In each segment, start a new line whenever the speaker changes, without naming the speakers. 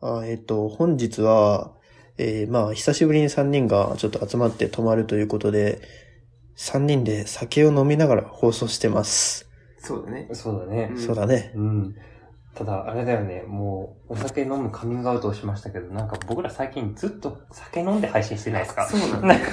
あえっ、と、本日は、えーまあ、久しぶりに3人がちょっと集まって泊まるということで、3人で酒を飲みながら放送してます。
そうだね。
そうだね。
そうだね。
うん。ただ、あれだよね、もう、お酒飲むカミングアウトをしましたけど、なんか僕ら最近ずっと酒飲んで配信してないですか
そうなんだ。
なんか、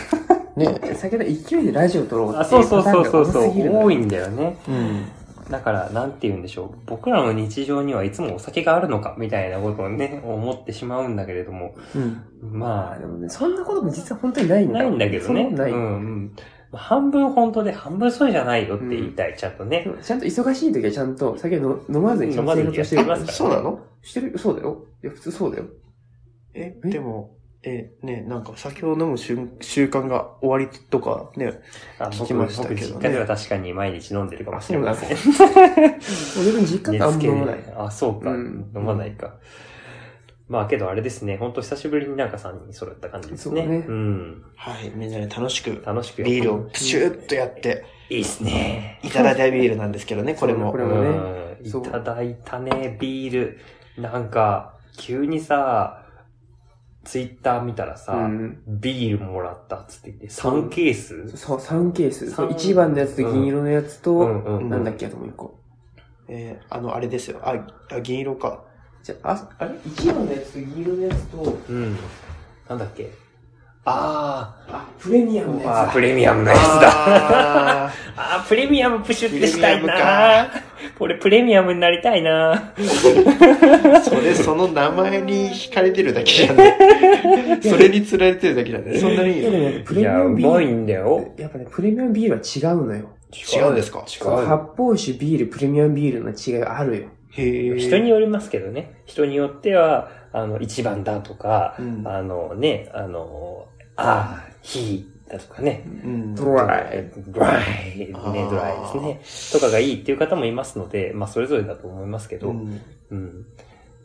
ね。
先ほど勢いでラジオ撮ろうってい
あそうそうそうそう
パタ
そ
ーンが多すぎる
う、
のよ
多いんだよね。
うん。
だから、なんて言うんでしょう。僕らの日常にはいつもお酒があるのか、みたいなことをね、思ってしまうんだけれども、
うん。
ま
あ
あ
で、もね、そんなことも実は本当にないんだ
ないんだけどね。
そんなことない、
うんうん。まあ半分本当で半分そうじゃないよって言いたい、ちゃんとね
で。もちゃんと忙しい時はちゃんと酒の飲まずにちゃんと生活してる
飲まずにやってますか
そ
らね
うなのしてるそうだよ。いや、普通そうだよ。
え、
え
でも、え、ね、なんか酒を飲む瞬習慣が終わりとか、ね。
あ
聞きましたけどね
僕僕実家では確かに毎日飲んでるかもしれません。
俺の実家ってあんま飲まない。
あ、そうか。
うん
飲まないか。まあけどあれですね、ほんと久しぶりになんか3人揃った感じですね。
そうね
ん。
はい、みんなで楽しく、
楽しくやっ
ビールをプシューッとやって、
いいっすね。
いただいたビールなんですけど ね、これ
そう
も
こ。れもね
うんい
そう
ただいたね、ビール。なんか、急にさ、ツイッター見たらさ、
うん。
ビールもらったっつって言って、3ケース
そう、3ケース。
三
1番のやつと銀色のやつ
う
と、
んうん。
なんだっけ、あともう一個。
えーあの、あれですよ。あ、あ銀色か。
じゃあ、ああれ ?1 番のやつと銀色のやつと、
うん。なんだっけあ
あ、プレミアムの
ー、あ
や
ープレミアム のやつだ。
あ
あー、プレミアムプシュってしたい
プレミ
な
ア
ー。俺プレミアムになりたいなー。
ーそれ、その名前に惹かれてるだけじゃない。それに釣られてるだけじゃない。
つ。
そんなにいい
や
の
でも
違
ねプ
い
レミ
や、
ア
う
ムビ
まい
ー
んだよ。
ル、やっぱね、プレミアムビールは違うのよ。
うんですか
違
そう
う。
発泡酒、ビール、プレミアムビールの違いがあるよ。
へえ。
人によりますけどね。人によっては、あの、一番だとか、
うん
あのね、あの、あー、ひーだとかね。
うん。
ドライ。
ドライ。ね、
あー
ドライですね。とかがいいっていう方もいますので、まあ、それぞれだと思いますけど。
うん
うん。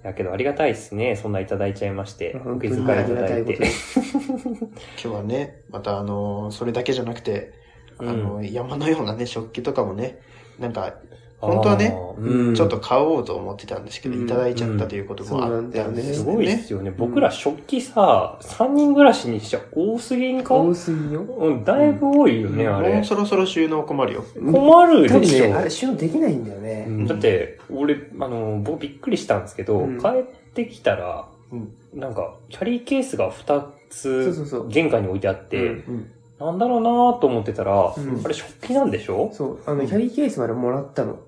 やけど、ありがたいですね。そんないただいちゃいまして。
本
お
当
気
に
遣いい
あ
た
りがた
だ
い
い
こ
て
と。で
今日はね、またあのーそれだけじゃなくて、あのー山のようなね、食器とかもね、なんか、本当はね
あー、うん
ちょっと買おうと思ってたんですけど、
うん
いただいちゃったということもあったんです
す
よ
ごいで
ね。
すよね。
ん
僕ら食器さ、3人暮らしにしちゃ多すぎんか
多すぎよ。
うん、だいぶ多いよね、あ
もう
れ。
そろそろ収納困るよ。
困る
多分
でし
ね、あ
ょ
れ。収納できないんだよね。
うんだって、俺、あの、僕びっくりしたんですけど、
うん
帰ってきたら
うん、
なんか、キャリーケースが2
そうそう
つ、
そう。
玄関に置いてあっ
う
て
ん、
うん。
なんだろうなーと思ってたら、
うん
あれ食器なんでしょ
そう、あの、
うん
キャリーケースまでもらったの。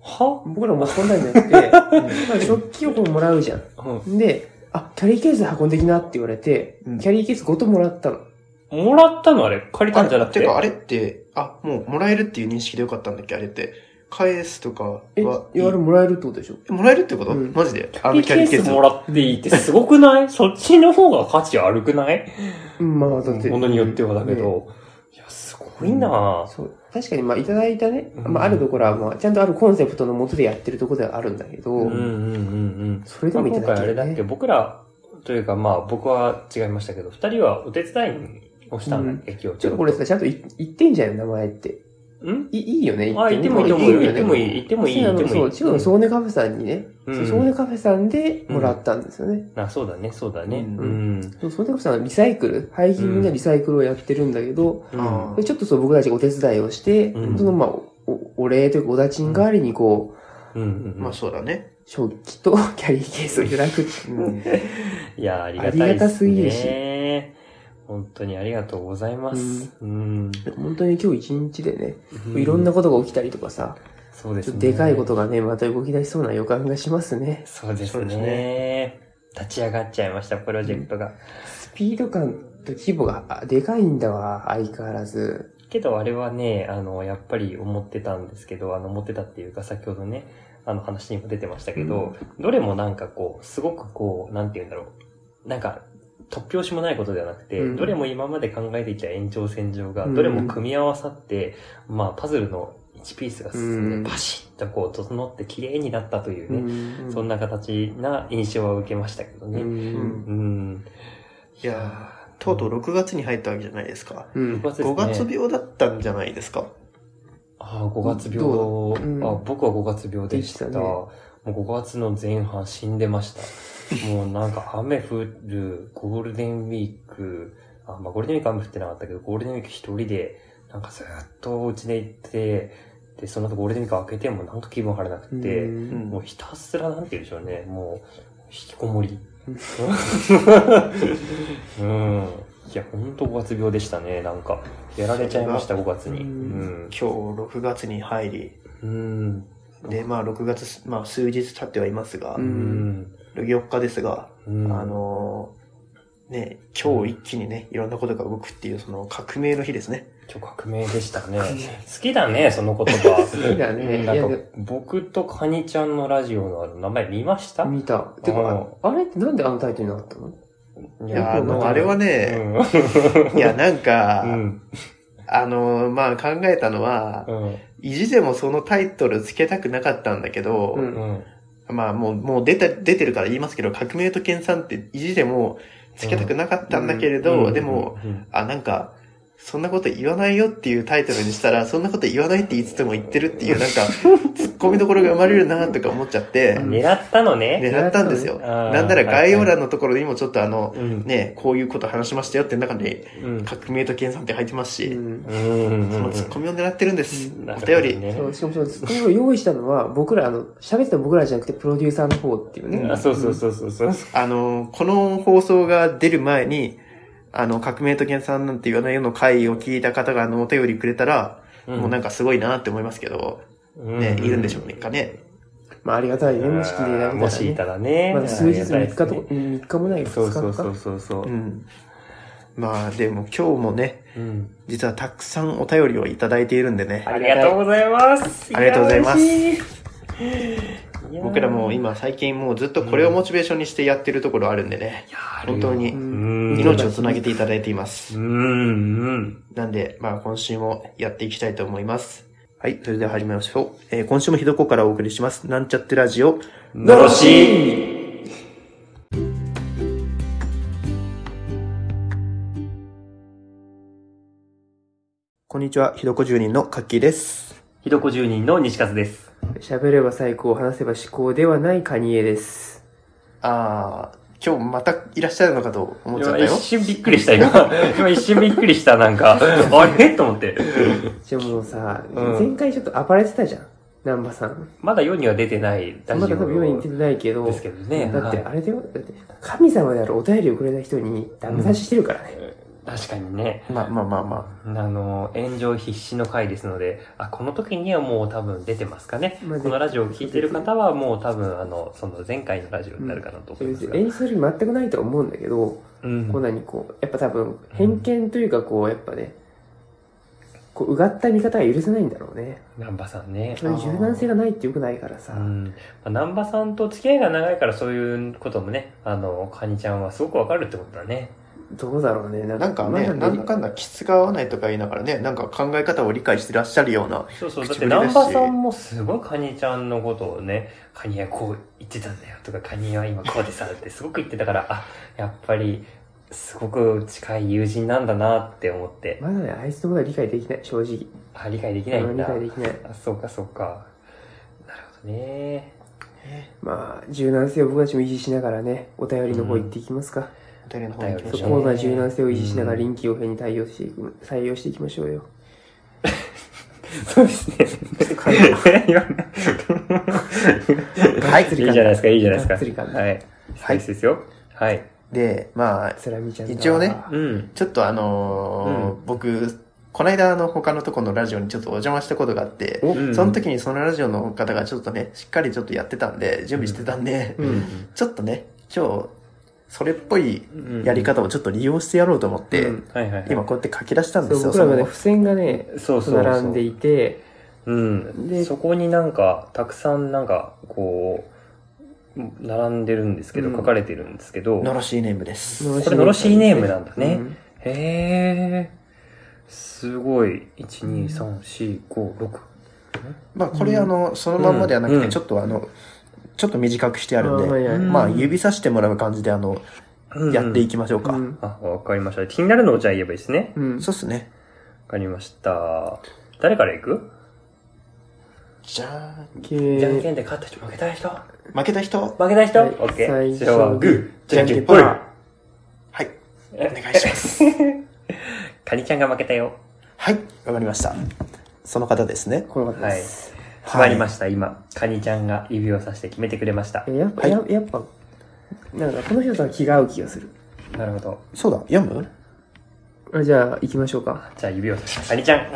は
僕ら持ち込んだんじゃなくて まあ、食器をこうもらうじゃ
うん
ん。で、あ、キャリーケースで運んできなって言われて、
うん
キャリーケースごともらったの。
もらったのあれ借りたんじゃなく
あ
て
れか、あれって、あ、もうもらえるっていう認識でよかったんだっけあれって。返すとかは、
え、いや、あれもらえるってことでしょ
えもらえるってこと、
うん
マジで
キ
あ
ャリーケースもらっていいってすごくない そっちの方が価値悪くない
うんまあ、だって。
ものによってはだけ
ね。
ど、いや、すごいなぁ。
そう。確かに、まあ、いただいたね、
うん
まあ、あるところは、まあ、ちゃんとあるコンセプトのもとでやってるところではあるんだけど、
うんうんうんうん。
それで
ま
も
あ
いた
今回
だ
あ
け
れ
る、
だっけ
ね。
僕ら、というかまあ僕は違いましたけど、二人はお手伝いをしたんだっけ、
ち
今日ち
ょ
ょ
っ
っ
と
と。
これさ、ちゃんとい言ってんじゃん、名前って。
ん
いいいよね、
あ、言ってもいい、言ってもいい、言ってもいい、言ってもいい、言ってもいい。
そう、ちょうどソーネカフェさんにね、
う
そうソーネ
ん。
カフェさんでもらったんですよね。
あ、そうだね、そうだね。
うん
う
そ
ん。
うソーネカフェさんはリサイクル、廃品のリサイクルをやってるんだけど、
うん。
でちょっとそう僕たちがお手伝いをして、
うん
そのまあ、おおお礼というかおだちん代わりにこう、
うん。
まあそうだね。
食器と キャリーケースをいただく。
うん。
いや、ありがたい
ありがたすぎるし
ね。本当にありがとうございます。うん。
本当に今日一日でね、いろんな、ことが起きたりとかさ、
そうで
ちょ
す
っと
ね。
でかいことがね、また動き出しそうな予感がしますね。
そうです
そう
ね
ですね
立ち上がっちゃいました、プロジェクトが。
スピード感と規模があでかいんだわ、相変わらず。
けどあれはね、あの、やっぱり思ってたんですけど、あの、思ってたっていうか、先ほどね、あの話にも出てましたけど、どれもなんかこう、すごくこう、なんて言うんだろう。なんか、突拍子もないことではなくて、
うん
どれも今まで考えていた延長線上が、
うん
どれも組み合わさって、まあ、パズルの1ピースが進んで、
うん
パシッとこう、整って綺麗になったというね、
ん
そんな形な印象は受けましたけど
う
ね。
ん。
うん。
いやー、とうとう6月に入ったわけじゃないですか。
うん。
月ですね
5月病だったんじゃないですか。
ああ、5月病。
どうだうん
あ僕は5月病でした。
でしたね
もう5月の前半死んでました。もうなんか雨降る、ゴールデンウィーク、あ、まあゴールデンウィーク雨降ってなかったけど、ゴールデンウィーク一人で、なんかずっとうちで行って、で、その後ゴールデンウィーク明けてもなんか気分晴れなくて、
うん
もうひたすらなんて言うんでしょうね、もう、引きこもり。うん。いや、ほんと5月病でしたね、なんか。やられちゃいました、5月に。う
今。
ん
日6月に入り、
うん。
で、まあ6月す、まあ数日経ってはいますが、
う
うんん。
4日ですが、
うん
あ、のーね、今日一気にね、いろんなことが動くっていう、その革命の日ですね。
今日革命でしたね。好きだね、その言葉。
好きだ ね。い
な
や、
んか僕とカニちゃんのラジオのあの名前見ました
見た。てか、あれってなんであのタイトルになったの
い
いや、あの、あれはね、
う
いや、なんか、
ん。 うん。
あのーまあ考えたのは、
うん。
意地でもそのタイトルつけたくなかったんだけど、
うん
うん。
まあもう、もう出た、出てるから言いますけど、革命と研鑽って意地でもつけたくなかったんだけれど、でも、
うん、
あ、なんか、そんなこと言わないよっていうタイトルにしたら、そんなこと言わないって言いつつも言ってるっていう、なんか、突っ込みどころが生まれるなとか思っちゃって、
うん
狙ったのね。
狙ったんですよ。
あー
なんなら概要欄のところにもちょっとあの、
うん。
ね、こういうこと話しましたよって中に、
うん。
革命と研鑽って入ってますし、
うん
うん。
その突っ込みを狙ってるんです。
う
お便り、
ね
そ。うしかもそのツッコミを用意したのは、僕ら、あの、喋ってた僕らじゃなくて、プロデューサーの方っていうね。
あそうそうそうそうそう。
あの、この放送が出る前に、あの、革命と研鑽なんて言わないよの回を聞いた方があの、お便りくれたら、もうなんかすごいなって思いますけど、ね、いるんでしょうねかね。
まあ、ありがたいね、もし聞いていただけたら、ね。
もしいたらね。
まだ数日、3日と
ありがたいですね
か、3日もない、2
そう
日
そ
と
うそ
か
う。そうそうう。
ん。まあでも今日もね、
うん。
実はたくさんお便りをいただいているんでね、
ありがとうございます。
ありがとうございます
やー。
僕らも今最近もうずっとこれをモチベーションにしてやってるところあるんでね、本
本
当に
うん
命をつなげていただいていま
う
す。
ん、うん。
なんで、まあ今週もやっていきたいと思います。はい、それでは始めましょう。えー今週もひどこからお送りします。なんちゃってラジオ。
のろし
こんにちは、ひどこ住人のかっきーです。
ひどこ住人の西勝です。
喋れば最高、話せば至高ではないカニエです。
あー、今日またいらっしゃるのかと思っちゃっ
今
たよ
一。瞬びっくりした、今。 今一瞬びっくりした、なんか。あれと思って。
じゃあもうさ、
うん
前回ちょっと暴れてたじゃん。南波さん。
まだ世には出てない、
まだ多分世に出てないけど。
ですけどね。
だって、
は
あれだよ。だって、神様であるお便りをくれた人にダメ出ししてるからね。
い確かにね。
まあまあまあま
あの、炎上必至の回ですので、あ、この時にはもう多分出てますかね。
まあ
このラジオを聞いてる方はもう多分、あの、その前回のラジオになるかなと思いま
別
す
に
が。
演出する気全くないと思うんだけど、
うん
こう何こう、やっぱ多分、偏見というかこう、やっぱね、こう、うがった見方が許せないんだろうね。
南波さんね。
そういう柔軟性がないってよくないからさ
う。ん。まあ、南波さんと付き合いが長いからそういうこともね、あの、カニちゃんはすごくわかるってことだね。
どうだろうね。
あ。なんかね、
まだ
なんかんだ、気質が合わないとか言いながらね、なんか考え方を理解してらっしゃるような。
そうそう。だっ
口
て
ぶりだし
南波さんもすごいカニちゃんのことをね、カニはこう言ってたんだよとか、カニは今こうでさってすごく言ってたから、あ、やっぱり、すごく近い友人なんだなって思って、
まだね、あいつのことは理解できない、正直。
あ、理解できない
うん
ん
理
だ。
解できない。
あ、そうかそうか。なるほどね。
まあ、柔軟性を僕たちも維持しながらね、お便りの方行っていきますか。
お便りの方に行きま
そ
し
こ
ょ
の
う。
ような柔軟性を維持しながら
うん
臨機応変に対応していく、採用していきましょうよ。
そうですね。
はい
いいじゃないですか、いいじゃないですか。
がっつり感
はい。はい。ですよ。はい。
で、まあ、
つらみちゃんだ
一応ね
うん。
ちょっとあのー僕、こないだあの他のとこのラジオにちょっとお邪魔したことがあって、
お
うん
その時にそのラジオの方がちょっとね、しっかりちょっとやってたんで、準備してたんで、
うん
ちょっとね、今日、それっぽい
うん
やり方をちょっと利用してやろうと思って、
うん
はいはいはい。
今こうやって書き出したんで
そう
すよ。
僕らがね、
その
付箋がね、
そうそうそう
並んでいて、
うん。
で
そこになんか、たくさんなんか、こう、並んでるんですけど、
うん
書かれてるんですけど、
のろしいネームです。
これのろしいネームなんだ
う
ね。
ん
へえ。すごい。1、2、3、4、5、6。
まあこれあの、そのまんまではなく
う
て、
ん
ちょっとあの、ちょっと短くしてあるん
あはい
で、
はい
まあ指さしてもらう感じであの、
うん
やっていきましょうか。
うん
あ、わかりました。気になるのをじゃあ言えばいいですね。
うん
そうっすね。
わかりました。誰から行く
じゃん。
け
じゃんけ
ー
んで勝った人、負けた人、
負けた人
負けた人
はい
?OK。
最初
じゃあ、グー、
じゃんけんぽい。はい。お願いします。
カニちゃんが負けたよ。
はい。わかりました。その方ですね。
この方です。
決まりま
し
した、今。カニちゃんが指をさして決めてくれました。
えやっぱ、ややっぱ、なんかこの人とは気が合う気がする。
なるほど。
た。そうだ。読む
あじゃあ、行きましょうか。
じゃあ指をさして。カニちゃん。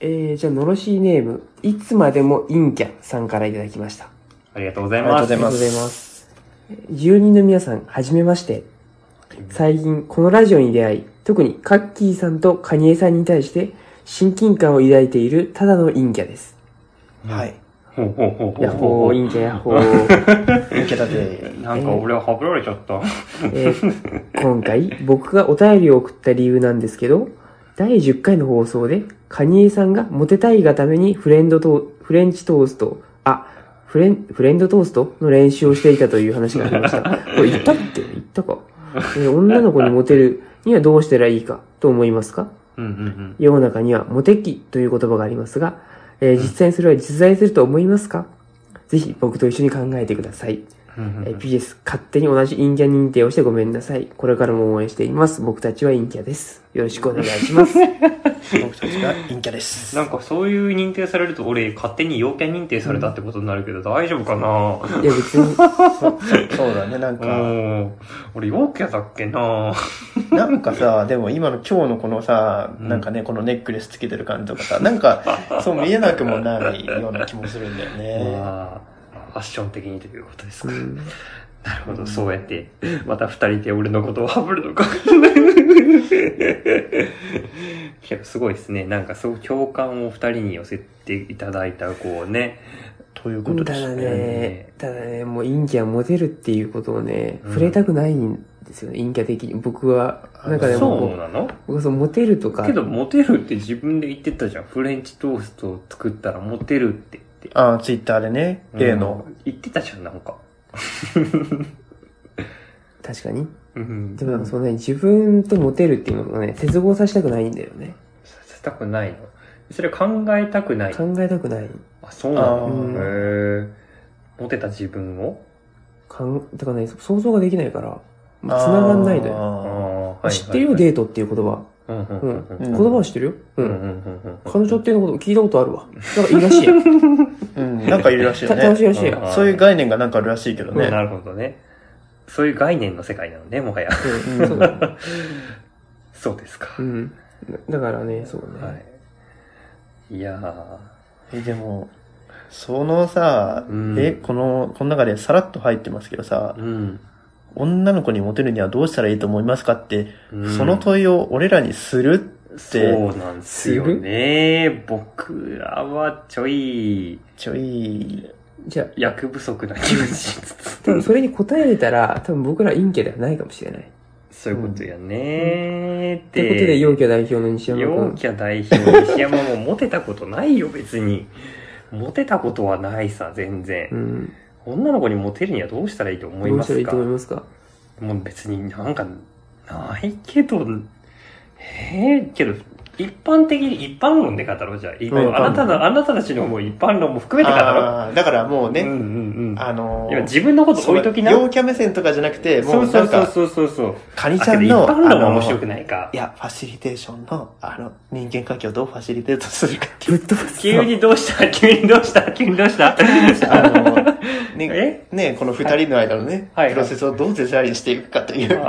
えー、じゃあ、のろしネーム、いつまでも陰キャさんからいただきました。あ
ありがとうござい
ありがと
ま
うござ
す
い。ます
りがとうございます。住人の皆さん、はじめまして。最近、このラジオに出会い、特にカッキーさんとカニエさんに対して、親近感を抱いているただの陰キャです。
はい。
ほうほうほうほう
ヤッホ
ほ
ー、陰キャヤッホー。
受けたで。
う。なんか俺ははぶられちゃった。
えー今回、僕がお便りを送った理由なんですけど、第10回の放送で、カニエさんがモテたいがためにフレンドトーフレンチトースト、あ、フレン、フレンドトーストの練習をしていたという話がありました。これ言ったっけ言ったか、えー女の子にモテるにはどうしたらいいかと思いますか
うんうんうん。
世の中にはモテ期という言葉がありますが、えー実際にそれは実在すると思いますかぜひ僕と一緒に考えてください。
うんう
えー
ん
PS、勝手に同じ陰キャ認定をしてごめんなさい。これからも応援しています。僕たちは陰キャです。よろしくお願いし ます。
僕たちが陰キャです。
なんかそういう認定されると俺勝手に陽キャ認定されたってことになるけど大丈夫かない
や別に、
そうだね。なん
う
か、
ん。俺陽キャだっけな
なんかさ、でも今の今日のこのさ、
うん
なんかね、このネックレスつけてる感じとかさ、なんか、そう見えなくもないような気もするんだよね。
まあ、ファッション的にということです
う
か。
ん
なるほど、そうやって、また二人で俺のことをハブるのか。いや、すごいですね。なんか、すごい共感を二人に寄せていただいた、こうね。
ということで
ただ
すね。
ね、ただね、もう陰キャモテるっていうことをね、
うん
触れたくないんですよね、陰キャ的に。僕は、なんかでもこ
そう
う、
なの
僕はそうモテるとか、
けど、モテるって自分で言ってたじゃん。フレンチトーストを作ったらモテるって言って。
ああ、ツイッターでね、例の。
うん。言ってたじゃん、なんか。
確かに。
うん。
でもなんかそのね、自分とモテるっていうのをね、接合させたくないんだよね。
させたくないの。それ考えたくない。
考えたくない。
あ、そうな
あ
の
ー
へえ。モテた自分を
かん、だからね、想像ができないから、まあ、繋がんないのよ。
あ
よ。
ー
あ知ってるよ、デートっていう言葉。
うんうん
う
うんんうん。
言葉は知ってるよ。
う
うん
うん
ん。
うんうん
彼女っていうのこと聞いたことあるわ。なんかいいらしいやん。
うん、なんかいるらしいよ
た楽しい
ね。
らしいやん。
うん
そういう概念がなんかあるらしいけどね。
なるほどね。そういう概念の世界なのね、もはや。
うんそう
そうですか。
うん。だからね、そう
は
ね。
い。いやー。
え、でも、そのさ
うん、
え、この、この中でさらっと入ってますけどさ、
うん。
女の子にモテるにはどうしたらいいと思いますかって、
うん
その問いを俺らにするって
そうなんですよね。僕らはちょい、
ちょい、
じゃあ、
役不足な気がしつつ。
多分それに答えれたら、多分僕ら陰キャではないかもしれない。っ
そういうことやねーって
ことで、陽キャ代表の西山
陽
君。
キャ代表西山もモテたことないよ、別に。モテたことはないさ、全然
う。ん。
女の子にモテるにはどうしたらいいと思い
どう
ま
したら
す
いい
か
と思いますか
もう別になんか、ないけど、ええけど、一般的に一般論で語ろうじゃあ。一
うん
あなたの、あなたたちのもう一般論も含めて語ろ
あーだからもう
う。
ね、
うんうんうん。
あのー
今自分のこと置いときな。
その陽キャ目線とかじゃなくて、も
そううそ
な
うんそ
か、
うそうそうそう。
カニち
あ
ゃ
けど
ん
一
の、
般論は面白
の
くないか
い。や、ファシリテーションの、あの、人間関係をどうファシリテートするかってい
ぶ
う。
っ飛ばす
急
ぞ。
にどうした急にどうした急にどうした
あの、 ね、ね、この二人の間のね、
はい
プロセスをどうデザインしていくかという、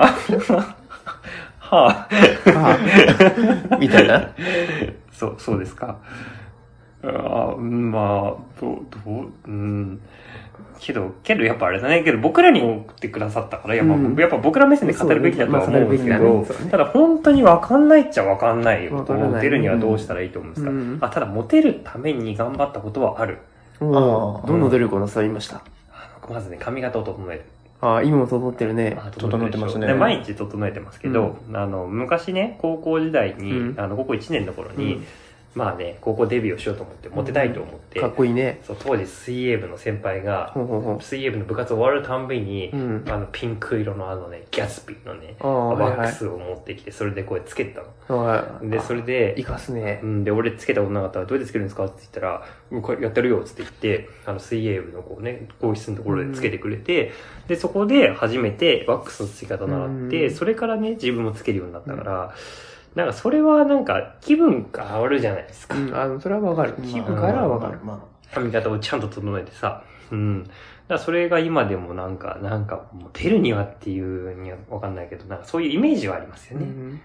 はあ、
あ
みたいな。
そう、そうですか。あうんまあ、どう、どう、うん。けど、けどやっぱあれだね。けど僕らに送ってくださったから、やっぱ、
うん
やっぱ僕ら目線で語るべきだとは思うんですけ
そうねまあ語
ど
るべきだねそう、ね
ただ本当にわかんないっちゃわかんないよ。
わからない
モテるにはどうしたらいいと思うんですか。
うん
あただ、モテるために頑張ったことはある。
あ
も
ー
う、どの努力をなさいました
あのまずね、髪型を整える。
ああ、今も整ってるね。
あ
整ってますね
で毎日整えてますけど、あの、昔ね、高校時代に、
うん
あの、高校1年の頃に、
うん
まあね、高校デビューをしようと思って、モテたいと思って、
かっこいいね。
そう当時水泳部の先輩が、
ほうほうほ
水泳部の部活終わるたんびに
う。う、ん。
あのピンク色のあのね、ギャツビーのね、
ああ、はい
ワッ
は
クスを持ってきて、それでこれつけてたの。
い。はい。
で、それで、
生かすね
う。ん、で、俺つけた女方はどうやってつけるんですかって言ったら、うんこれやってるよって言って、あの、水泳部のこうね、更衣室のところでつけてくれて、で、そこで初めてワックスのつけ方習って、
うん
それからね、自分もつけるようになったから、なんかそれはなんか気分が変わるじゃないですか
う。ん、あの、それはわかる。気分からはわかる。
ま髪型をちゃんと整えてさ。うん。だからそれが今でもなんか、なんか、モテるにはっていうにはわかんないけど、なんかそういうイメージはありますよ
う
ね。
ん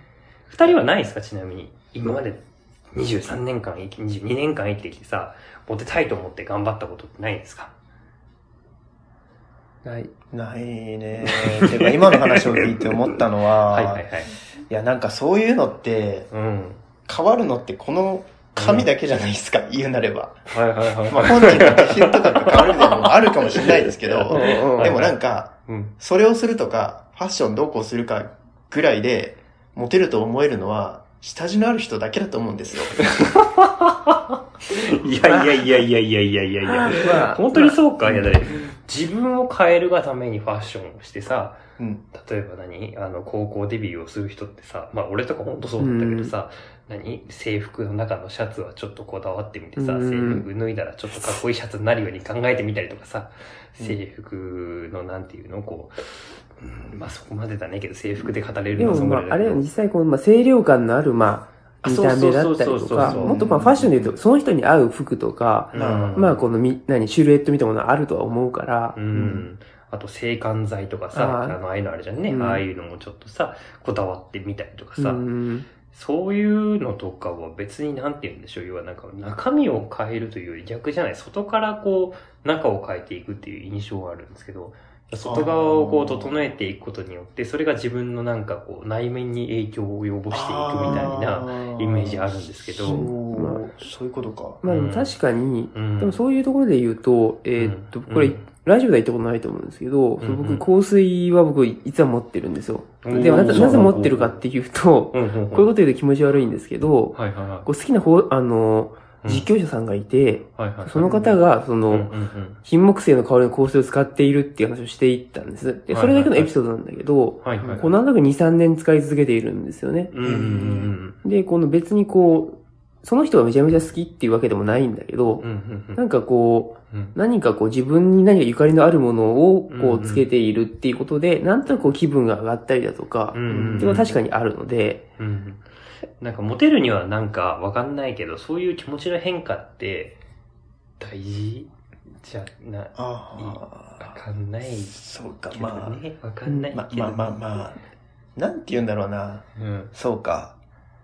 二人はないですかちなみに。今まで23年間生き、22年間生きてきてさ、モテたいと思って頑張ったことってないですか
ない。
ないね。てか、今の話を聞いて思ったのは、
はい
い
はいはい。
や、なんかそういうのって、
うん。
変わるのってこの紙だけじゃないですか、言うなれば。
はいはいはい
まあ、
はい。
本人の基準とかが変わるみたいなのもあるかもしれないです け
うん
ど、
うんうん
でもなんか、
うん。
それをするとか、ファッションどうこうするかぐらいで、モテると思えるのは、下地のある人だけだと思うんですよ。
いやいやいやいやいやいやいやいや。
まあ
本当にそうか、いやだって自分を変えるがためにファッションをしてさ、
うん
例えば何あの、高校デビューをする人ってさ、まあ俺とか本当そうだったけどさ、何制服の中のシャツはちょっとこだわってみてさ、
うん
制服脱いだらちょっとかっこいいシャツになるように考えてみたりとかさ、
うん
制服のなんていうのこう、うんまあそこまでだねけど、制服で語れる
で
のは
も
そこ
ま
まで
あ、あ
だけ
れ
ど
は実際この、まあ、清涼感のある、まあ、
あ
見た目だった
そう
り
そう
と
そうそう
か、
そう
もっとまあファッションで言うと、その人に合う服とか、
うん
まあこのみ、何、シルエットみたいなものあるとは思うから
う、ん。あと、制汗剤とかさ、
あ
あ
ー
の、ああいうのあるじゃんね。
うん
ああいうのもちょっとさ、こだわってみたりとか
う
さ、
ん、
そういうのとかは別になんて言うんでしょう。要はなんか中身を変えるというより逆じゃない。外からこう中を変えていくっていう印象があるんですけど、外側をこう整えていくことによって、それが自分のなんかこう内面に影響を及ぼしていくみたいな。
な
イメージあるんですけど
そう、そういうことか。
まあ
うん
確かに、
うん。
でもそういうところで言うと、えーっと、
うん
これ、ラジオでは言ったことないと思うんですけど、そう
うんうん
僕、香水は僕、実は持ってるんですよ。
うん
で、な
お
ぜ
ー
なぜ持ってるかっていうと、
うんうんうん、
こういうこと言うと気持ち悪いんですけど、
はいはいは
こう好きな方、あの、
い。
実況者さんがいて、
うん、はいはいはい、
その方が、その、
うんうんうん
金木犀の香りの香水を使っているっていう話をしていったんです。で、それだけのエピソードなんだけど、
はいはいはい。
こうなんとなく2、3年使い続けているんですよね。
うんうんうん
で、この別にこう、その人がめちゃめちゃ好きっていうわけでもないんだけど
うん。う、んうんう
なんんかこう、
うん。
何かこう自分に何かゆかりのあるものを
うん
こ
うん
うつけているっていうことで、なんとなくこう気分が上がったりだとか
う、んうんう
って
ん
いうのは確かにあるので、
うん。なんかモテるにはなんかわかんないけど、そういう気持ちの変化って大事じゃな、わ
あ
かんない
あ、そうか
け、ど
ま
ね。わかんな
あ、
い
まあ
けど
まあまあまあ、なんて言うんだろうな。
うん。
そうか。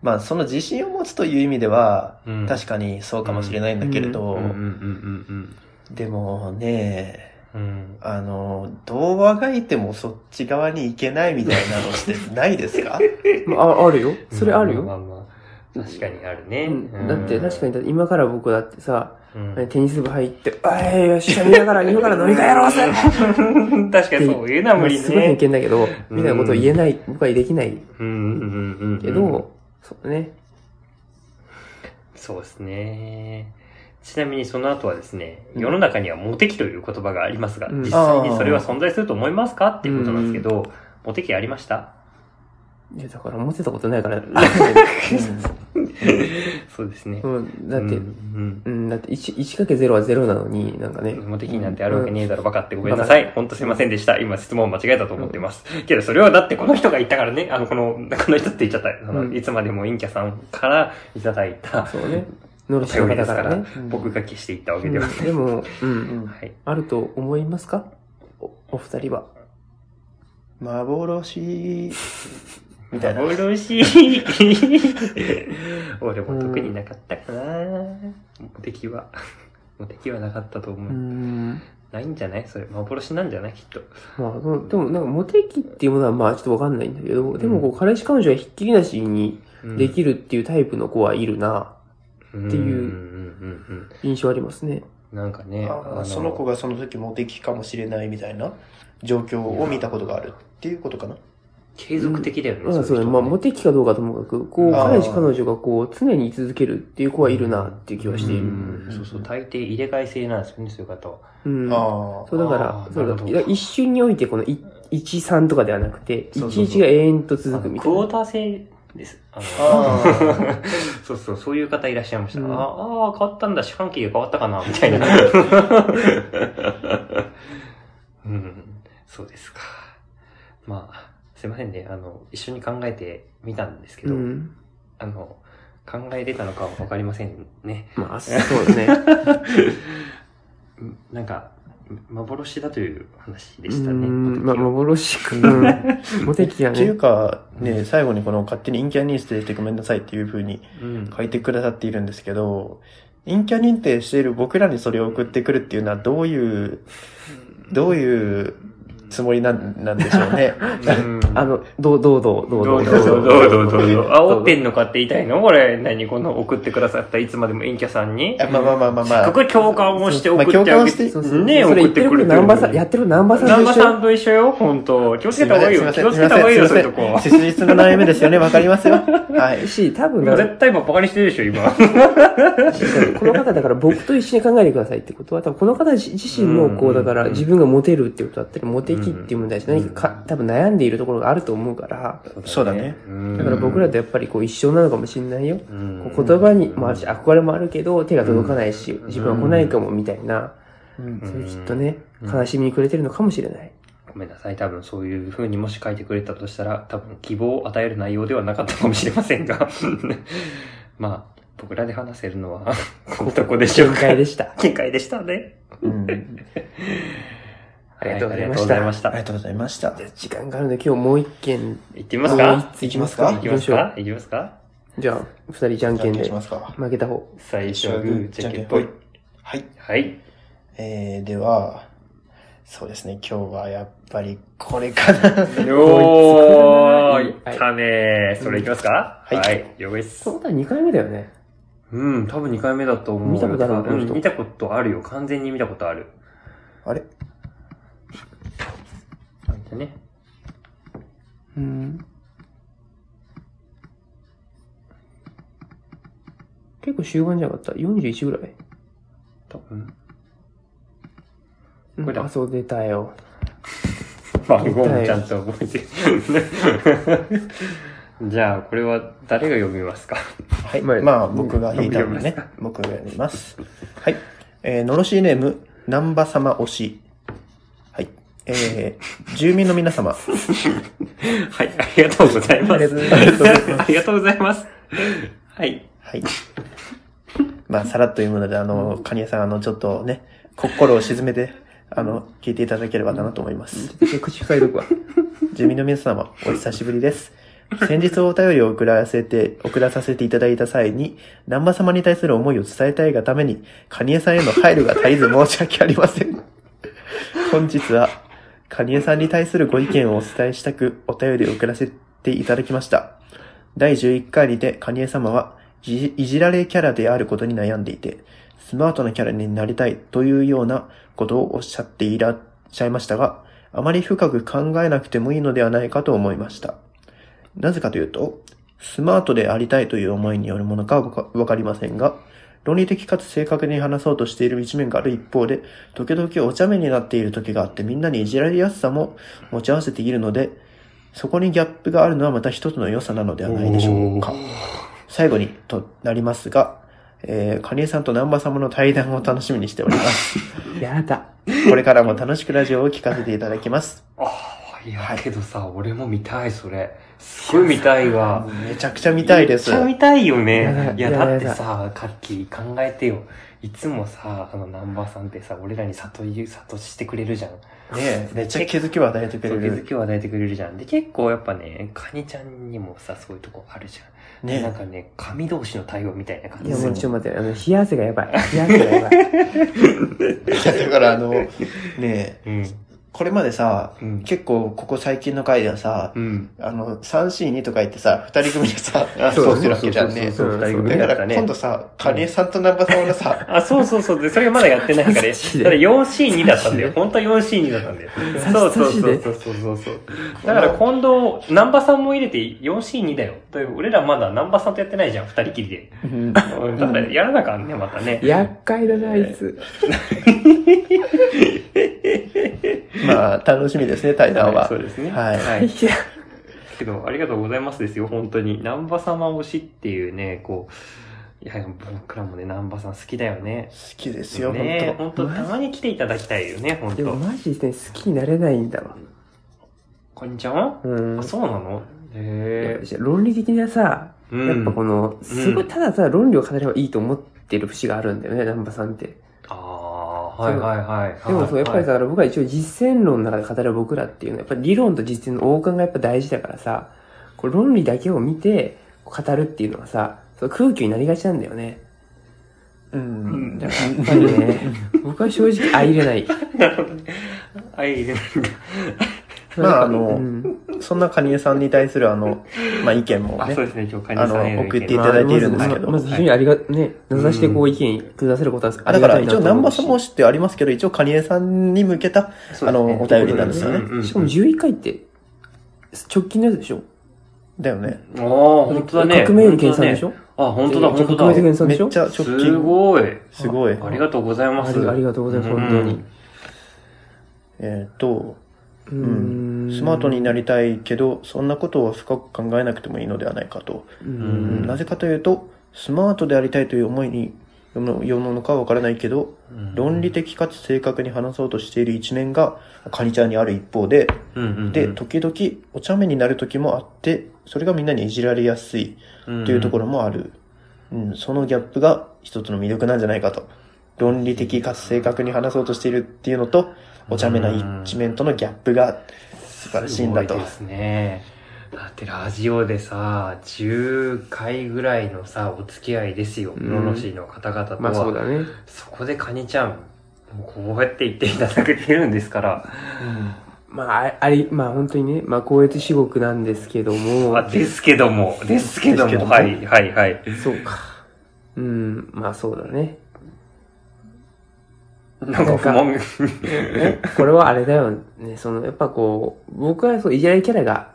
まあ、その自信を持つという意味では、
うん。
確かにそうかもしれないんだけれど、
うんうんうん
でもね、
うんうん。うん。
あの、どうあがいてもそっち側に行けないみたいなのってないです か
まあ、ああるよ。それある
ま
よ。
あまあまあ。確かにあるね。
うんだって確かに、だって今から僕だってさ、
うん。
テニス部入って、おい、よっしゃ、見ながら、今から飲み会やろうぜ
確かにそういうのは無理ね。
すごい偏見だけど、みたいなことを言えない、僕はできない
うんうんうんうん。
けど、そうね。
そうですね。ちなみにその後はですね、世の中にはモテ期という言葉がありますが、
うん
実際にそれは存在すると思いますかっていうことなんですけど、モテ期ありました
いや、だから持ってたことないから、
そうですね。
うん、だって
う、ん
うん、だって1、1×0 は0なのに、なんかね
う。んモテ期なんてあるわけねえだろバカってごめんなさい。ほんとすいませんでした。今質問間違えたと思ってます。けどそれはだってこの人が言ったからね、あの、この、この人って言っちゃった。あの
うん
いつまでも陰キャさんからいただいた、
そうね。ノルシ
手
の
り
方だ
ですか
から
ら
ね。、
僕が消していったわ
う
け
ん
では。
でも、う、
うんん
はい。
あると思いますかおお二人は。
幻みたいな。
幻しい。俺も特になかったかな。モテ期は。モテ期はなかったと思
う
う。
ん。
ないんじゃないそれ、幻なんじゃないきっと。
まあ、でも、でもなんか、モテ期っていうものは、まあ、ちょっとわかんないんだけど、でも、こう、彼氏彼女がひっきりなしにできるっていうタイプの子はいるな、
る
っていう
うん
印象ありますね。
うん。なんかね、
あーその子
が。
がその時モテ期かもしれないみたいな状況を見たことがあるっていうことかな。
継続的だよね。
まあそうだね。まあ、モテ期かどうかともかく、こう、
あー
彼氏彼女がこう、常に居続けるっていう子はいるなっていう気はしている。
うんそうそう、大抵入れ替え制なんですよね、そういう方は。
うん。
あ
そうだか
あ
ら、
ー
そう
な
だ。
るほど
いや一瞬においてこのい13とかではなくて、
そうそうそう
11が永遠と
あの
続くみた
ク
い
ォー
な。
ター制です。あの
あ。 あ
そうそう、そういう方いらっしゃいました。
うん
ああー、変わったんだ、四半期が変わったかな、みたいな。うん、そうですか。まあ、すいませんね、あの、一緒に考えてみたんですけ
う
ど、
ん。
あの、考えれたのかはわかりませんね。
まあ、そうですね。
うんなんか、幻だという話 で
う
したね。
ん。まあ、
私は
幻か。うん モテ期が
あ。ってい
ね
う。か、ね、最後にこの勝手に陰キャ認定してごめんなさいっていう風に
うん
書いてくださっているんですけど、陰キャ認定している僕らにそれを送ってくるっていうのはどういう、どういうつもりなんなんでしょう ね。
うん
あの、どう、どう、どう、どう、
どうぞ
どうぞ
どうぞどうぞどうぞ。あ、煽ってんのかって言いたいのこれ、何この送ってくださったいつまでも陰キャさんに。
あまあまあまあまあま
こ
あ。
こ共感をして送ってあげて。
まあ共感をして
そうそう
ねえ
それ言ってること南波さ
送ってくれてるの
ん、
に
やってる南波さん
南
と
波
一緒
さんと一緒よ、本当気をつけた方がいい
す
よ。
ま
気
せん
をつけた方がいいよ、
す
そう
ませ
いうと
ん
こは。
切実な悩みです よね。わかりますよ。はい。
し、多分、
絶対今バカにしてるでしょ、 今。
この方だから僕と一緒に考えてくださいってことは、多分この方自自身もこ
う
うんだから自分がモテるってことだったり、モテ期っていう問題し
うん
何かか多分悩んでいるところがあると思うから、
そうだね。
だから僕らとやっぱりこう一緒なのかもしれないよ。
うん、
こう言葉にもあるし、憧れもあるけど、手が届かないし
ん、
自分は来ないかもみたいな、
うん
そういうきっとね、
うん
悲しみにくれてるのかもしれない。
ごめんなさい。多分そういう風にもし書いてくれたとしたら、多分希望を与える内容ではなかったかもしれませんが。 まあ、僕らで話せるのは、 このとこでしょう
限
か。
界でした。
限界でしたね。
うん
ありがとうござい
は
ま
ありがとうご
し
ざいま
た。
し
あ
た
り。がとうございました
じゃ。あ時間があるので今日もう一件、
行ってみますか
いきますか
行きますか行きますか
じゃあ二人じゃんけん
じゃあ
で
しますか。
負けた方。
最初はグー、チェケポイ。
はい。
はい。
えー、では、そうですね、今日はやっぱりこれかな。
よ
ーい
ーい。たねー。それいきますか
はい
はい。了解です
そ。の他2回目だよね。
うん、多分2回目だと思うよ。
見たことある
多分
この人
見たことあるよ。完全に見たことある。
あれ
なんだね。
うん。結構終盤じゃなかった ?41 ぐらい。
多分。
うん
これだ
あ、そう出たよ。
番号もちゃんと覚えてる。 じゃあ、これは誰が読みますか
はい。
まあ
まあ、僕が引いたのでね
読、
僕がやります。はい。えー、のろしネーム、南波様推し。はい。え ー、住民の皆様。
はい、ありがとうございます。
ありがとうございます
ありがとうございます。はい。
はい。まあ、さらっというもので、あの、カニエさん、あの、ちょっとね、心を沈めて、あの、聞いていただければなと思います。
ちょっと口塞いどくわ。
住民の皆様、お久しぶりです。先日お便りを送らせて、送らさせていただいた際に、南波様に対する思いを伝えたいがために、カニエさんへの配慮が絶えず申し訳ありません。本日は、カニエさんに対するご意見をお伝えしたく、お便りを送らせていただきました。第11回にて、カニエ様は、いじいじられキャラであることに悩んでいて、スマートなキャラになりたいというようなことをおっしゃっていらっしゃいましたが、あまり深く考えなくてもいいのではないかと思いました。なぜかというと、スマートでありたいという思いによるものかはわかりませんが、論理的かつ正確に話そうとしている一面がある一方で、時々お茶目になっている時があってみんなにいじられやすさも持ち合わせているので、そこにギャップがあるのはまた一つの良さなのではないでしょうか。最後にとなりますが、えー、カニエさんと南波様の対談を楽しみにしております。
やだ。
これからも楽しくラジオを聞かせていただきます。
ああ、いや
はい、
けどさ、俺も見たい、それ。すごい見たいわ。
めちゃくちゃ見たいです。
めっちゃ見たいよ
やだ
ね。いや、
やだ
だってさ、カッキー考えてよ。いつもさ、あの、ナンバーさんってさ、俺らに悟り、悟してくれるじゃん。
ねえ、めっちゃ気づきを与えてくれ
そう気づ
る。
きを与えてくれるじゃん。で、結構やっぱね、カニちゃんにもさ、そういうとこあるじゃん。ね、なん
ね
かね、神同士の対応みたいな感
い
じ
や、
す
も
る
うちょっと待って、あの、冷や汗がやばい。冷や汗がやばい。
え。いやだからあの、ねえ、
うん。
これまでさ、
うん。
結構ここ最近の回ではさ、
うん。
あの、3C2 とか言ってさ、二人組でさ、
そう
争ってるわけじゃんね。
そう、二人組だ
だ
っ
か
た
ら
ね。
今度さ、カニエさんとナンバさんのさ、
あ、そうそうそう。で、それがまだやってないから、だから 4C2 だったんだよ。本当は 4C2 だったんだよ。そうそうそうそうそうそうそう。だから今度、南波さんも入れて 4C2 だよ。だから俺らまだ南波さんとやってないじゃん、二人きりで。
うん
だからやらなかんね、またね。
厄介だな、あいつ。
まあ、楽しみですね、対談は。
そうですね。
はい
はい。
いや、
けど、ありがとうございますですよ、本当に。南波様推しっていうね、こう、いや、僕らもね、南波さん好きだよね。
好きですよ、
ね
本
本当たまに来ていただきたいよね、本
でも
当
マジでね、好きになれないんだわ。
こんにちは。
うん
あ、。そうなの
やっ
へ
ぱ論理的なさ、
え。
やっぱこ
の、
の、すごいただただ論理を語ればいいと思ってる節があるんだよね、南波さんって。
ああー、はいはいはい。
でもそう、やっぱり
は
だから僕は一応実践論の中で語る僕らっていうのは、やっぱり理論と実践の王冠がやっぱ大事だからさ、こう論理だけを見て語るっていうのはさ、その空気になりがちなんだよね。
当。うん。
だからやっぱり ね、僕は正直相入れない。
い、なるほどね。あ、いいね。
まああの
うん
そんなカニエさんに対するあの、まあ意見も
あ、そ
ね、
うですね、今日、カニ
あの
さんへの意見
送っていただいているんですけど
まあまず非常にありが、ね、名指しでこう意見くださることは
あ
あ
だ
り
か
が
ら
たいな
一
と
応、
思うし。
ナンバさんも知ってありますけど、一応、カニエさんに向けた、あの、お便りなんですよね。
うん
しかも11回って、直近のやつでしょ
だよね。
ああ、本当だね。
革命より計算でし
ょ
ょ
あ、本当だ、本当
革命
だ
的。な計算
めっ
でしょ
ちゃ直
す
近。
ごい。
すごい。
ありがとうございま
あ
す。
りありがとうございます、本当に。
えっと、
う
うん
ん
スマートになりたいけど、そんなことを深く考えなくてもいいのではないかと。
う
うん
ん
なぜかというと、スマートでありたいという思いに世の世の中はわからないけど、
うん
論理的かつ正確に話そうとしている一面がカニちゃんにある一方で、
うんうんうん
で、時々お茶目になる時もあって、それがみんなにいじられやすいというところもある。うん、そのギャップが一つの魅力なんじゃないかと。論理的かつ正確に話そうとしているっていうのと、お茶目な一面とのギャップが素晴らしいんだと
すご。ですね。だってラジオでさ、10回ぐらいのさ、お付き合いですよ。
うん
ロロシーの方々とは。
まあそうだね。
そこでカニちゃん、もうこうやって言っていただけてるんですから。
まあ、ああり、まあ本当にね、まあ光悦至極なんですけども
あ、ですけども、ですけど
ですけど
も、
も
はい、はい、はい。
そうか。うん、まあそうだね。
なんか不問。
ねこれはあれだよね、その、やっぱこう、僕はそう、いじられキャラが、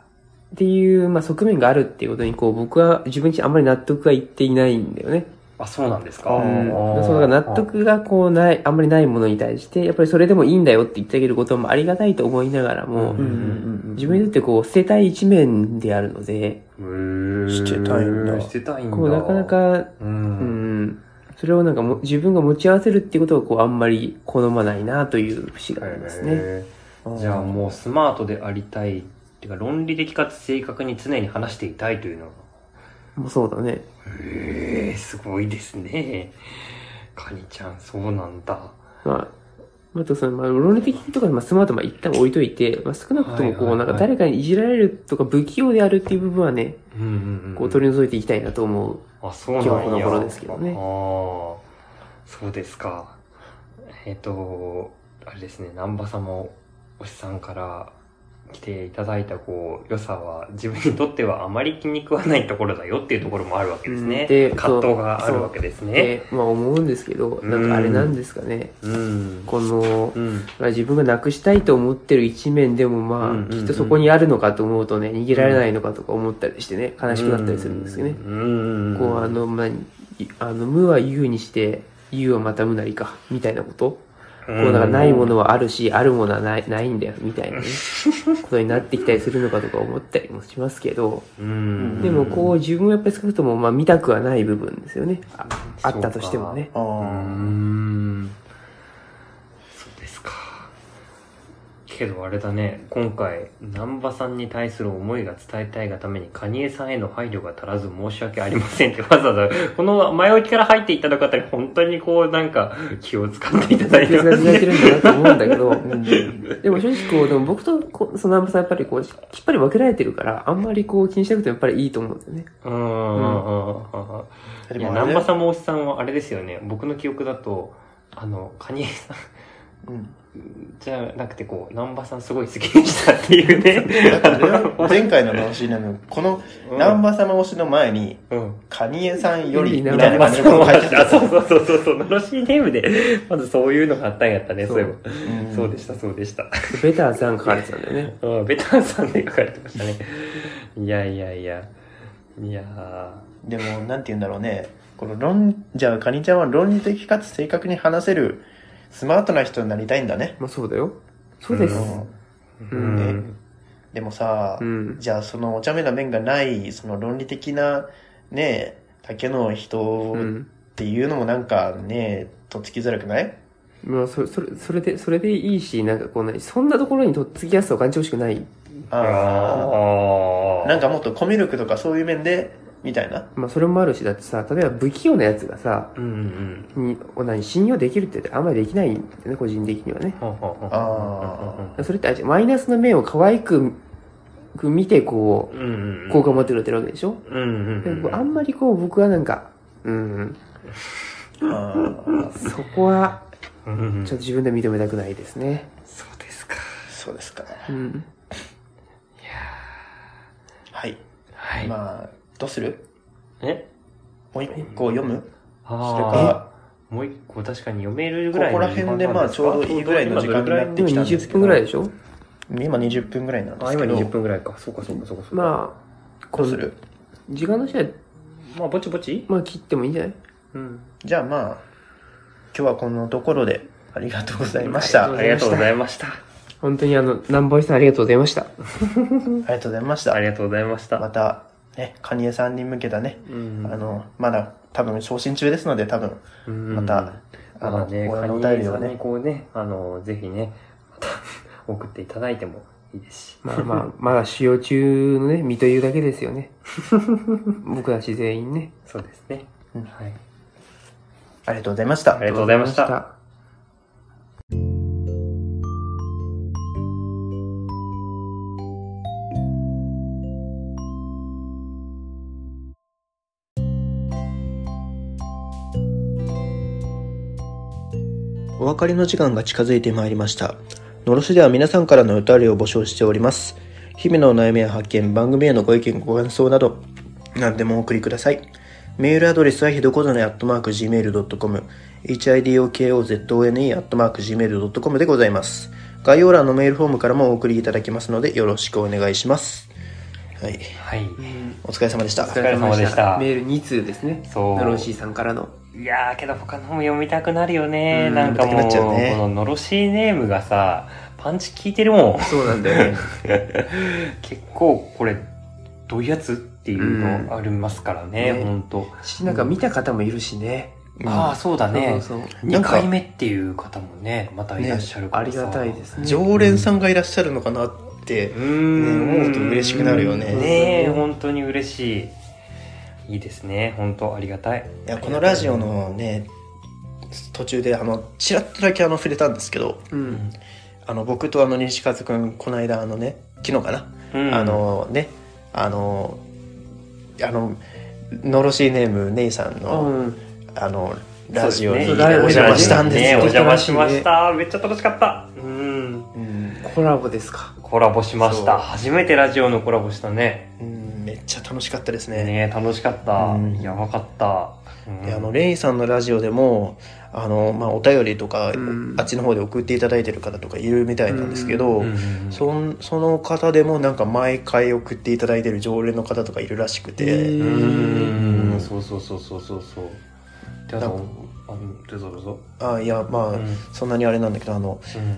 っていう、まあ側面があるっていうことに、こう、僕は自分自身あんまり納得がいっていないんだよね。
あ、そうなんですか。
う
うんん、
あー
そうだから納得がこうない、あんまりないものに対して、やっぱりそれでもいいんだよって言ってあげることもありがたいと思いながらも、
うん
自分にとってこう、捨てたい一面であるので、
うーん
捨てたいんだ
捨てたいんだ。
こう、なかなか、
う。
うんん、それをなんかも、自分が持ち合わせるっていうことはこう、あんまり好まないなという節がありますね。
へーじゃあもうスマートでありたい。っていうか論理的かつ正確に常に話していたいというのが。
もうそうだね。
へえ、すごいですね。カニちゃん、そうなんだ。
まあ、あとその、まあ、論理的とか、まあ、スマートまあ一旦置いといて、まあ、少なくともこう、
はいはいはい
なんか誰かにいじられるとか不器用であるっていう部分はね、
うんうんうん。
こう取り除いていきたいなと思う。
あ、そうなんや
今日この頃ですけどね
ああ、そうですか。えっ、と、あれですね、南波様もおしさんから来ていただいた、こう、良さは、自分にとってはあまり気に食わないところだよっていうところもあるわけですね
うん。で
葛藤があるわけですね。
で、まあ思うんですけど、なんかあれなんですかね。
うん。
この、
うん。
まあ自分がなくしたいと思ってる一面でもまあ、
うんうんうん
きっとそこにあるのかと思うとね、逃げられないのかとか思ったりしてね、悲しくなったりするんですよね。
うん。
こう、あ、の、まあ、いあの、無は有にして、有はまた無なりか、みたいなこと。
こ
こうなんかないものはあるし、あるものはないないんだよ、みたい なね、ことになってきたりするのかとか思ったりもしますけど、
うん。
でもこう自分はやっぱり少なくともまあ見たくはない部分ですよね。ああったとしてもね。
あ
うー
ー
んそうですかけどあれだね今回難波さんに対する思いが伝えたいがために蟹江さんへの配慮が足らず申し訳ありませんってわざわざこの前置きから入っていただくあたり本当にこうなんか気を使っていただいて
複
ま
雑にや
す
っ
ね
てるんだなと思うんだけど、
うん
でも正直こう、でも僕とこうその南部さんやっぱりこう、きっぱり分けられてるから、あんまりこう気にしなくてもやっぱりいいと思うんですよね。
うん
でもあれ
うんうんうんうんいや難
だ
波
よ
さんもおっさんはあれですよね僕の記憶だとあの蟹江さん
うん
じゃなくて、こう、南波さんすごい好きでしたっていうね。
だから前回の推しなのに、この、南波様推しの前に、
うん。
カニエさんより、みたい
南
な感
波
じ
さ
の
ん
こと
も
を書いてた
あ、。 そうそうそうそうそう、ロシーネームで、まずそういうのがあったんやったね、そういえば。
うん
そうでした、そうでした。
ベターさん書かれてたんだよね。
うん、ベタンさんで書かれてましたね。いやいやいや。いやー
でも、なんて言うんだろうね。この論、じゃあ、カニちゃんは論理的かつ正確に話せる、スマートな人になりたいんだね。
まあそうだよ。そうです。
う
うん
ん。
でもさ、
うん。
じゃあ、そのお茶目な面がない、その論理的な、ね、だけの人
うん。
っていうのもなんかね、とっつきづらくない
まあ、それ、それ、それで、それでいいし、なんかこうな、そんなところにとっつきやすさを感じてほしくない。
ああ。
あー
なんかもっとコミュ力とかそういう面で、みたいな。
まあそれもあるし、だってさ、例えば不器用なやつがさ、
うんうん。
に、おなに信用できるって言ってあんまりできないんだよね、個人的にはね。
ほうほうほう
あ
それってあれじゃんマイナスの面を可愛く、く見てこ
うんうんう
う、
ん。
好感持ってくれてるわけでしょ、
うんうん
で
うん。
こうあんまりこう僕はなんか、うん、
あー
そこは
うんうん
ちょっと自分で認めたくないですね。
そうですか。
そうですか。
うん。
はい。
はい。
まあ、どうする
え
もう一個読むそれ
あ
か、
あ。もう一個確かに読めるぐ
こ
らい
こら辺でまあちょうどいいぐらいの時間になって
でも
きたんですけ
20
ど。
分ぐらいでしょ
今20分ぐらいなんで
あ、
す
今
けど。
20分ぐらいか。そうかそうかそうかそうか。
まあ、
どうする
時間としては、
あ、まあぼちぼち
まあ切ってもいいんじゃない
うん。
じゃあまあ、今日はこのところでありがとうございました。
あ
あり
りが
が
とうございました。
本当にあの、南波さんありがとうございました。
とうございまし
あ
た。
りがとうございました。
また、ね、カニエさんに向けたね、
うん
あの、まだ多分昇進中ですので、多分、
ま
また、あ
まあ
の、
ね、
応
カ
援
ニ
のお
さ
便りを
んに
ね、
こうね、あの、ぜひね、また 送っていただいてもいいですし。
まあまあ、まだ使用中のね、身というだけですよ ね。僕たち全員ね。
そうですね。
うん
はい。
ありがとうございました
あり。がとうございました。
た。
お別れの時間が近づいてまいりました。のろしでは皆さんからのお便りを募集しております。日々のお悩みや発見、番組へのご意見、ご感想など、何でもお送りください。メールアドレスはひどこぞね、アットマーク、gmail.com、hidokozone、アットマーク、gmail.com でございます。概要欄のメールフォームからもお送りいただけますので、よろしくお願いします。はい。
はい。
お疲れ様でした。
れ様でした
メール2通ですね。
そう
ナロンシーさんからの。
いやーけど他のも読みたくなるよね。
うん
なんかもう、
読みたくなっちゃうね
こののろしネームがさ、パンチ効いてるもん。
そうなんだよ ね。
結構これ、どういうやつっていう
うん
のありますからね、
ね
ほんと。
し、なんか見た方もいるしね。
うん
ああ、そうだね。
そうそう
な
2
んか
回目っていう方もね、またいらっしゃるか
あ
ら
り
さ
がたいですね。
常連さんがいらっしゃるのかなって
う、ん、
ね思うと嬉しくなるよね
ねえ本当に嬉しいいいですね本当ありがたい
いやこのラジオのね途中であのちらっとだけあの触れたんですけど
う。
うんん、
あの僕とあの西和くんこの間あのね昨日かな、
うん
あのねあのあののろしネーム姉さんの、
うん。
あのラジオに、
そ
お
うですね
邪魔したんです
ね
よ、
お邪魔しましためっちゃ楽しかったうん
うん
コラボですか。
コラボしまし
そ
た
う
初めてラジオのコラボしたね
うんめっちゃ楽しかったですね
ねえ楽しかった、
うん
やばかった、うん
であのレイさんのラジオでもあの、まあ、お便りとか、
うん
あっちの方で送っていただいてる方とかいるみたいなんですけど、
うんうん
そんその方でもなんか毎回送っていただいてる常連の方とかいるらしくて、
へ
うんうん
うん
そうそうそうそうそうそうであとあのどうぞどうぞ、
あいやまあ、
うん
そんなにあれなんだけどあの
うん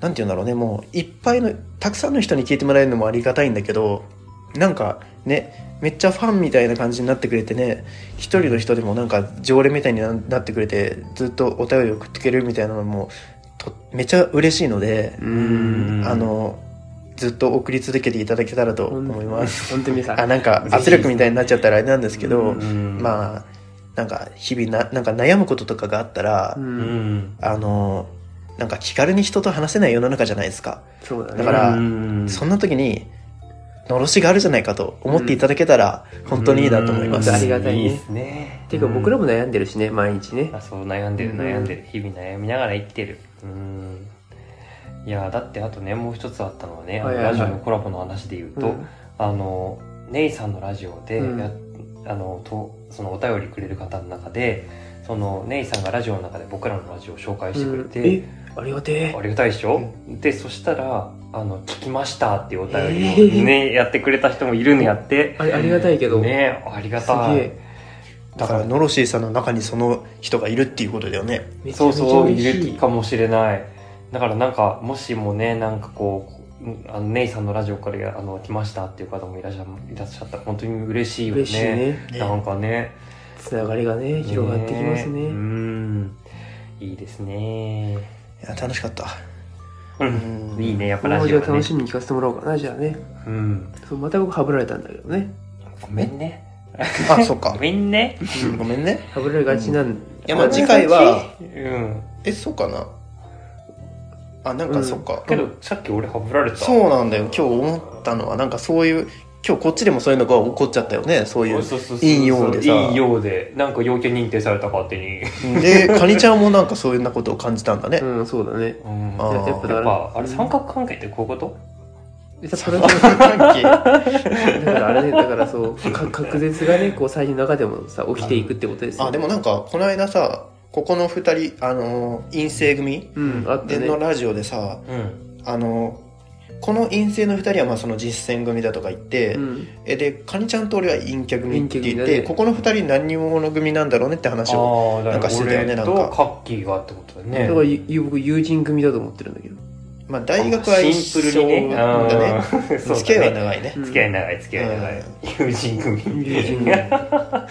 なんて言うんだろうねもういっぱいのたくさんの人に聞いてもらえるのもありがたいんだけどなんかねめっちゃファンみたいな感じになってくれてね一人の人でもなんか常連みたいにななってくれてずっとお便り送ってくれるみたいなのもとめちゃ嬉しいので、
うん。
あのずっと送り続けていただけたらと思います。
本当に皆さ
あ
ん。
なんか圧力みたいになっちゃったらあれなんですけど、
うん
まあなんか日々ななんか悩むこととかがあったら、
う。
うんん、
あのなんか気軽に人と話せない世の中じゃないですか、
そうだね。
だから
うん
そんな時にのろしがあるじゃないかと思っていただけたら本当にいいなと思います、
うんありがたいね
いいですね。
ていうか僕ら
も。
も悩んでるしね、毎日ね。
あ、そう、悩んでる、悩んでる。日々悩みながら生きてる。うん。いやーだってあとねもう一つあったのはね、あの
はいはいはい
ラジオのコラボの話で言うと、
うん
あのネイさんのラジオでや、
うん
あのとそのお便りくれる方の中でそのネイさんがラジオの中で僕らのラジオを紹介してくれて、
え、ありがてえ
あ。りがたいでしょ、で、そしたら、あの、聞きましたっていうお便りをね、やってくれた人もいるんやって。
あありがたいけど、
ねありが
す
た
げ
い。
え
だから、ノロシーさんの中にその人がいるっていうことだよね。
めちゃ
そ
め
う
ちゃ
そう、
嬉し
いる
い
かもしれない。だからなんか、もしもね、なんかこう、うんあのネイさんのラジオからあの来ましたっていう方もいらっしゃいらっしゃったら本当に嬉しいよね。
嬉しいね
ね
なんかね。
つながりがね広がってきます
う
ね
ん。いいですね。
いや、楽しかった。
う。
うんん
いい。ね、やっぱ
これ
ラ
も
ジ
じゃ
オ、
あ
ね。
楽しみに聞かせてもらおうかなじゃあね
うん。
そうまた僕はぶられたんだけどね
ごめんね。
あ、そっ
ご
か。
めんね。
うんごめんね。
はぶられがちなん、
いや、まあ次回は、
うん。
え、そうかな。あ、なんかそっか。
けど、さっき俺ハブられた。
そうなんだよ。今日思ったのは、なんかそういう、今日こっちでもそういうのが起こっちゃったよね。そういう。
そうそうそう
いいようでさ
いいようで。なんか要件認定された勝手に。
で、カニちゃんもなんかそういうようなことを感じたんだね。
うんそうだね
うん
あー
や
ややっぱだ
っ
か
ぱ、あれ三角関係ってこういうこ
ら
そ
そ
れ
れ
は
は
関
だからあれねだからそうか隔絶がねこう最近の中でもさ起きていくってことです
係
よ
あ、でもなんか、この間さ、ここの二人、あのー、陰性組
うんあった
で
ね
のラジオでさ、
とうん。
あのー、この陰性の二人はまあその実践組だとか言って、
うん
えで、カニちゃんと俺は陰キャ組って言
陰キャ
っ
組
て、
だね
ここの二人何者組なんだろうねって話を。
ああ、だ
なんか
か
らしてたよね
俺
なん
と
か
カッキーがってことだ
だ
ね
か。らゆゆ僕友人組だと思ってるんだけど
まあ大学は一
シンプ
緒
ルにね。
だね。
うんそうだね
付き合いは長いね。
付き合い長い、付き合い長い。友人組。
友人組
なんか、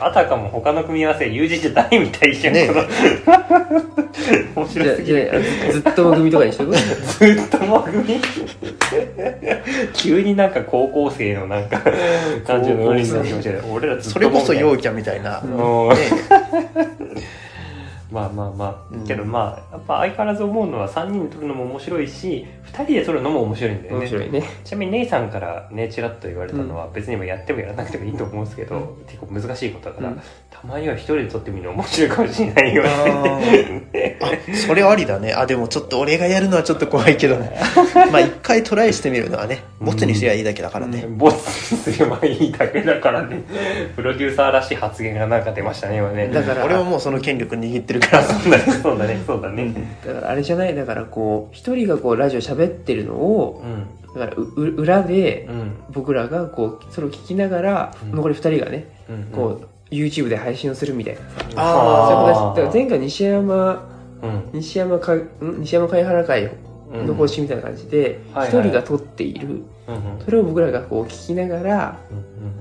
あたかも他の組み合わせ、友人じゃないみたいじゃん。
ね
この 面
じゃ
白
あ
すぎ
じ
る。
ゃあず ずっと組とかにしとく
ずっとも組 急になんか高校生のなんか感じのノリになってきましたけど俺らずっ
そ
と
れ
も
こそ陽
気
キャみたいな。ね
まあまあまあ、
うん
けどまあやっぱ相変わらず思うのは3人で撮るのも面白いし2人で撮るのも面白いんだよ
面
ね
白いね
ちなみに姉さんからねちらっと言われたのは、別にもやってもやらなくてもいいと思うんですけど、結構難しいことだから、
うん
たまには1人で撮ってみるの面白いかもしれないよって
えあ、それありだね。あ、でもちょっと俺がやるのはちょっと怖いけど ね。まあ一回トライしてみるのはね、ボツにすりゃいいだけだからね。
ボスすればいいだけだからねプロデューサーらしい発言がなんか出ましたね今ね
だから
俺はもうその権力握ってるから。
そうだねそうだねそうだね
だからあれじゃないだからこう一人がこうラジオ喋ってるのを
うん
だからうう裏で
うん
僕らがこうそれを聞きながら、
うん
残り2人がね
うん
こう、YouTube で配信をするみたいなさそういう
あ
形だから前回西山
うん
西山かん西山貝原会
うん
の方針みたいな感じで
んはいはい
一人が撮っている、
うんうん
それを僕らがこう聞きながら
う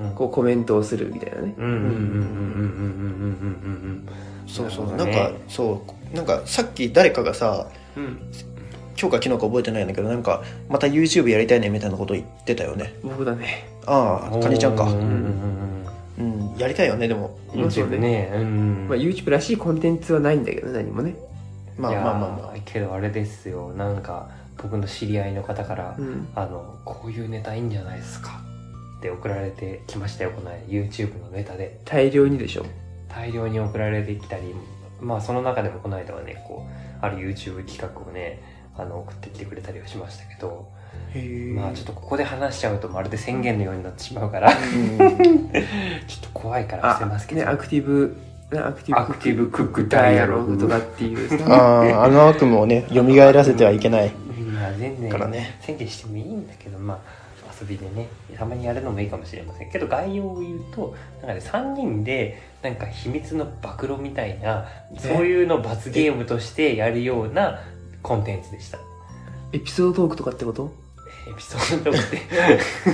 ん
こうコメントをするみたいなね
うんうんうんうんうん
そうそう。
な
な
る
ん
ほど
か
ね、
そう。なんかさっき誰かがさ、
うんうん
今日か昨日か覚えてないんだけど、なんか、また YouTube やりたいねみたいなこと言ってたよね。
僕だね
ああ、かにちゃんか。
うんうん
うん、やりたいよね、でも。
うんうん
まあそうね
YouTube ねうん
まあ、YouTube らしいコンテンツはないんだけどね何もね、
まあ
いやー
まあまあまあ。
けどあれですよなんか僕の知り合いの方から
うん、
あの、こういうネタいいんじゃないですかって送られてきましたよ、この間 YouTube のネタで。
大量にでしょ
大量に送られてきたり、まあその中でもこの間はね、こう、ある YouTube 企画をね、あの、送ってきてくれたりはしましたけど、まあちょっとここで話しちゃうとまるで宣言のようになってしまうから、ちょっと怖いから
あ
伏せますけど、
ね、アクティブねアクティブ
アクティブクック
ダ
ダ
イ
イ
ア
ア
ロ
ロ
グと
グと
か
か。
っていうさ
ああ、あの悪夢をね、蘇らせてはいけない。
まあ全然、
からね
宣言してもいいんだけど、まあ、遊びでね、たまにやるのもいいかもしれませんけど、概要を言うと、なんかね、3人で、なんか秘密の暴露みたいな、そういうのを罰ゲームとしてやるようなコンテンツでした。
エピソードトークとかってこと
エピソードトークって。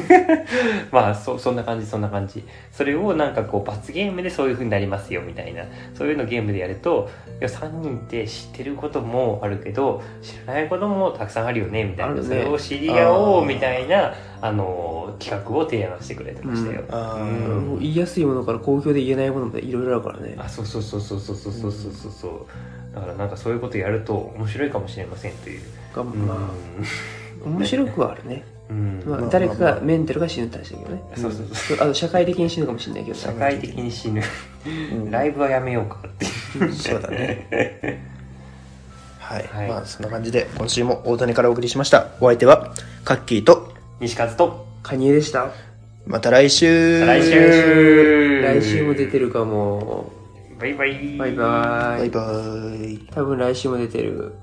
まあそ、そんな感じ、そんな感じ。それをなんかこう、罰ゲームでそういう風になりますよ、みたいな。そういうのゲームでやると、いや、3人って知ってることもあるけど、知らないこともたくさんあるよね、みたい
あ
な。
るね
それを知り合お
あー
う、みたいな、あのー、企画を提案してくれてましたよ。
ああ、
うん
もう言いやすいものから公共で言えないものまでいろいろあるからね
あ、そうそうそうそうそうそうそうそうそうそう。だからなんかそういうことやると面白いかもしれませんという。
が
うん
まあ面白くはあるね、
うん。
ま
ま
あ、
あ
誰かがメンタルが死ぬって話だけどね
そうそうそう。
あと社会的に死ぬかもしれないけど
社
さ
会的に死ぬ。
うん
ライブはやめようかっていう。
そうだね。はい。
はい
まあ、そんな感じで、今週も大谷からお送りしました。お相手は、カッキーと、
西和と、
カニエでした。
また来週
来週
来週も出てるかも。
バイバイ
バイバ
バ
ー
イ
イ。
バイ。
多分来週も出てる。